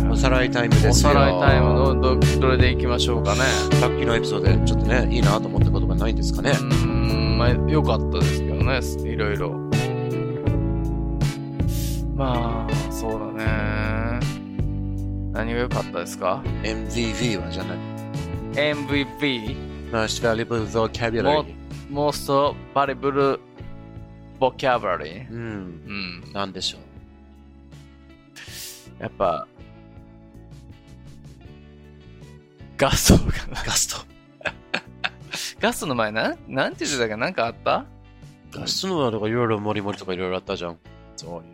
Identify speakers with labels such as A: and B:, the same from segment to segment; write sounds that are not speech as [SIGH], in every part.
A: イムですよ。
B: おさらいタイムのど、どれでいきましょうかね。
A: さっきのエピソードでちょっとね、いいなと思ったことがないんですかね
B: う。ーん、まあ、良かったですけどね、いろいろ。まあ、そうだね。何が良かったですか
A: MVV はじゃない。
B: ?MVP、
A: Most Valuable Vocabulary。
B: Most Valuable Vocabulary。
A: うん。
B: うん。
A: なんでしょう。
B: やっぱ、ガストかな。
A: ガス
B: [LAUGHS] ガストの前なん、なんて言ってたかなんかあった
A: ト。ガストのとかいろいろモリモリとかいろいろあったじゃん。そういう。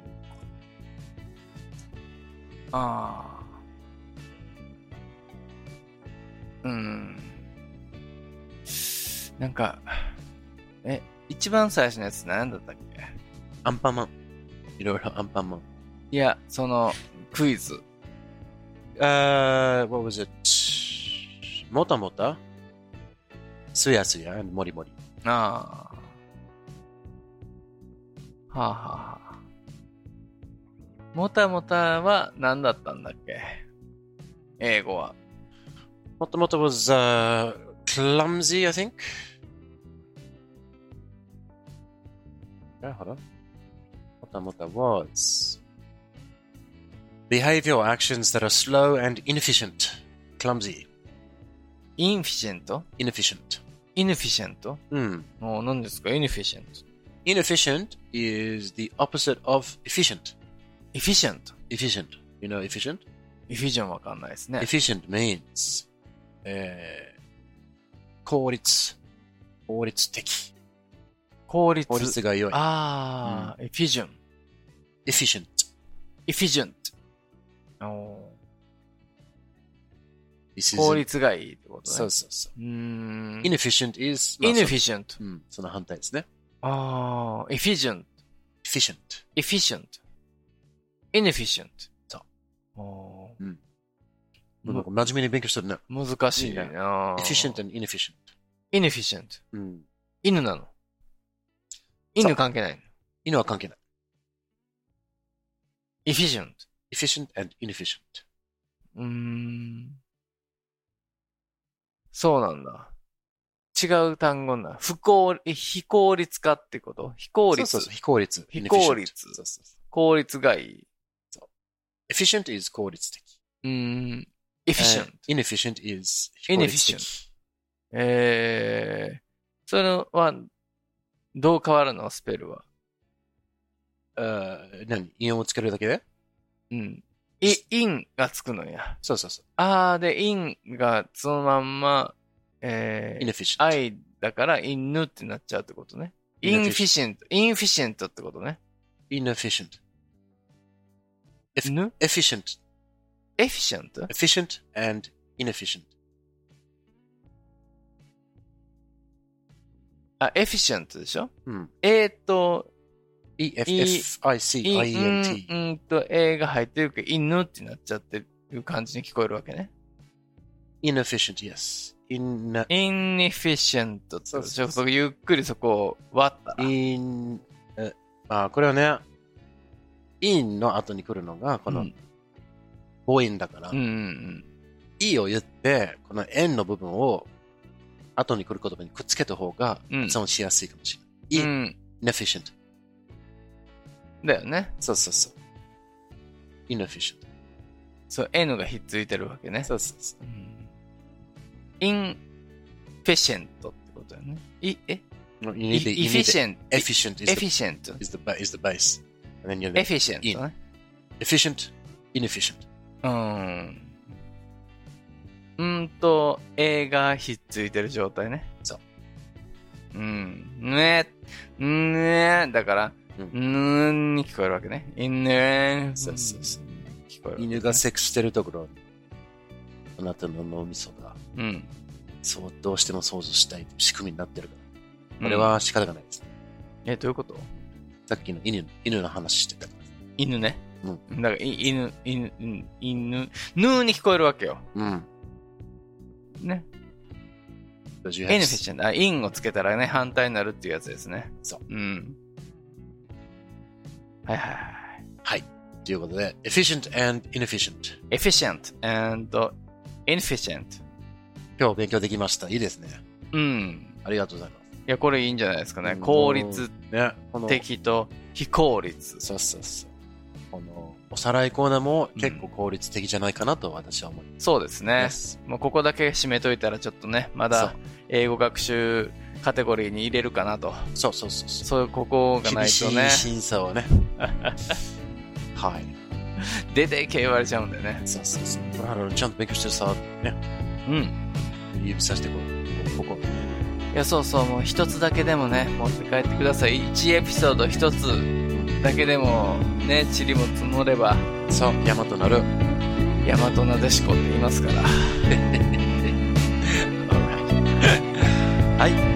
B: ああ。うん。なんか、え、一番最初のやつ何だったっけ
A: アンパンマン。いろいろアンパンマン。
B: いや、その、クイズ。
A: Uh, what was it? もたもたすやすや、もりもり。
B: ああ。はあはあはあ。もたもたは何だったんだっけ英語は。
A: もたもた was、uh, clumsy, I think. え、ほら。もたもた was behavioral actions that are slow and inefficient. Clumsy,
B: インフィシェント
A: inefficient.
B: イヌフィシェント
A: うん。
B: もう何ですかイヌフィシェント。
A: Inefficient is the opposite of efficient.
B: エフィシェント
A: Efficient. You know efficient?
B: エフィシェンわかんないですね。
A: efficient means uh, えー効率、効率的、
B: 効率。
A: 効率が良い。
B: Ah. ああ、エフィジョン。
A: efficient。
B: エフィジョント。
A: This is-
B: 効率がいいってことね。
A: そうそうそう。
B: うーん。
A: inefficient is
B: イヌ
A: ま
B: フィシェント
A: あ。そうん、その反対ですね。
B: ああ、エフィジョント。
A: efficient。
B: エフィシェント。イヌフィシェント。そ
A: もうなんか真面目に勉強してるね。
B: う。難しい
A: いいね
B: な
A: efficient and inefficient。
B: イヌフィシェント。
A: うん。
B: 犬なの。犬関係ないの。
A: 犬は関係ない。
B: エフィジェント。
A: efficient and inefficient。
B: うーん。そうなんだ。違う単語な。不効、え非効率化ってこと非効率。
A: そうそうそう非効率。
B: 非効
A: inefficient
B: 率
A: そうそうそ
B: 効率がいい。
A: う efficient is 効率的。
B: うーん。エフィシェント
A: And。inefficient is 非効率的
B: inefficient えー、それは、どう変わるのスペルは。
A: あー何イオンをつけるだけで
B: うん。い、インがつくのや。
A: そうそうそう。
B: あー、で、インがそのまんま、えー、
A: inefficient。
B: 愛だから、インヌってなっちゃうってことね。インフィシェント、インフィシェントってことね。
A: inefficient. え
B: ぬ
A: Efficient.
B: エフィシェント
A: Efficient and inefficient.
B: あ、エフィシェントでしょ
A: うん。
B: えーっと、
A: E
B: イン、うん、
A: E-F-F-I-C-I-E-N-T.
B: うんと、A が入ってるけど、インヌってなっちゃってる感じに聞こえるわけね。
A: Inefficient, yes. In,
B: インエフィシェントってことでし
A: そうそ
B: ょ
A: うそ
B: そこゆっくりそこを割ったら。
A: in, えまあ、これはね、in の後に来るのが、こ
B: う
A: の
B: ん
A: 母音だから、
B: うんうんうん。
A: e を言って、この n の部分を後に来る言葉にくっつけた方が
B: うん
A: 発音しやすいかもし
B: う
A: れない。
B: ん。
A: inefficient.
B: だよね。
A: そうそうそう。inefficient.
B: そう、N がひっついてるわけね。
A: そうそうそう。
B: うんインフィシェントってことだよね。い、え
A: No, you need
B: イフ
A: the, you need
B: ィ
A: the
B: シェント。エフ
A: efficient is
B: ィ
A: the,
B: シェント。
A: is the ba- is the base, and then you're
B: エ
A: the
B: フィシェントね。
A: efficient, inefficient.
B: うん。うーんと、A がひっついてる状態ね。
A: そう。
B: うん。ね、ね、だから、
A: う
B: うんーんに聞こえるわけね。いね、
A: そうそうそう。
B: 聞こえる。
A: 犬がセックスしてるところ、あなたの脳みそが
B: うん。
A: そうどうしても想像したい仕組みになってるから、こ
B: こ
A: れ、は仕方がないです。
B: え、どういうこと
A: さっきの犬犬の話してたから。
B: 犬ね。
A: うん
B: だから、い犬、犬、うん犬、ぬーに聞こえるわけよ。
A: うん。
B: ね。
A: Because you
B: エ
A: have-
B: ヌフィシェント。あ、インをつけたらね、反対になるっていうやつですね。。
A: そう
B: うん。はいはいはい。
A: はい。ということで、efficient and inefficient。
B: efficient and inefficient。
A: 今日勉強できました。いいですね。
B: うん。
A: ありがとうございます。
B: いや、これいいんじゃないですかね。
A: うん
B: 効率
A: ね、この、
B: 的と非効率。
A: そうそうそう。この、おさらいコーナーも結構効率的じゃないかなと私は思い
B: そうですね
A: ま。す。
B: もうここだけ締めといたらちょっとね、ま
A: そ
B: だ
A: う
B: 英語学習カテゴリーに入れるかなと。
A: そうそうそうそう。
B: そういうここがな
A: 厳
B: い
A: し
B: とね
A: い、審査 [LAUGHS] をね。はい。
B: 出ていけ言われちゃうんでね。
A: そうそうそう。これあのちゃんと勉強してるさ、ね、
B: うん。
A: 指さしてこう、ここ、ここ。
B: いや、そうそう、もう一つだけでもね、持って帰ってください。1エピソード一つだけでも、ね、塵も積もれば、
A: そう、山となる。
B: 大和なでしこって言いますから。
A: はい。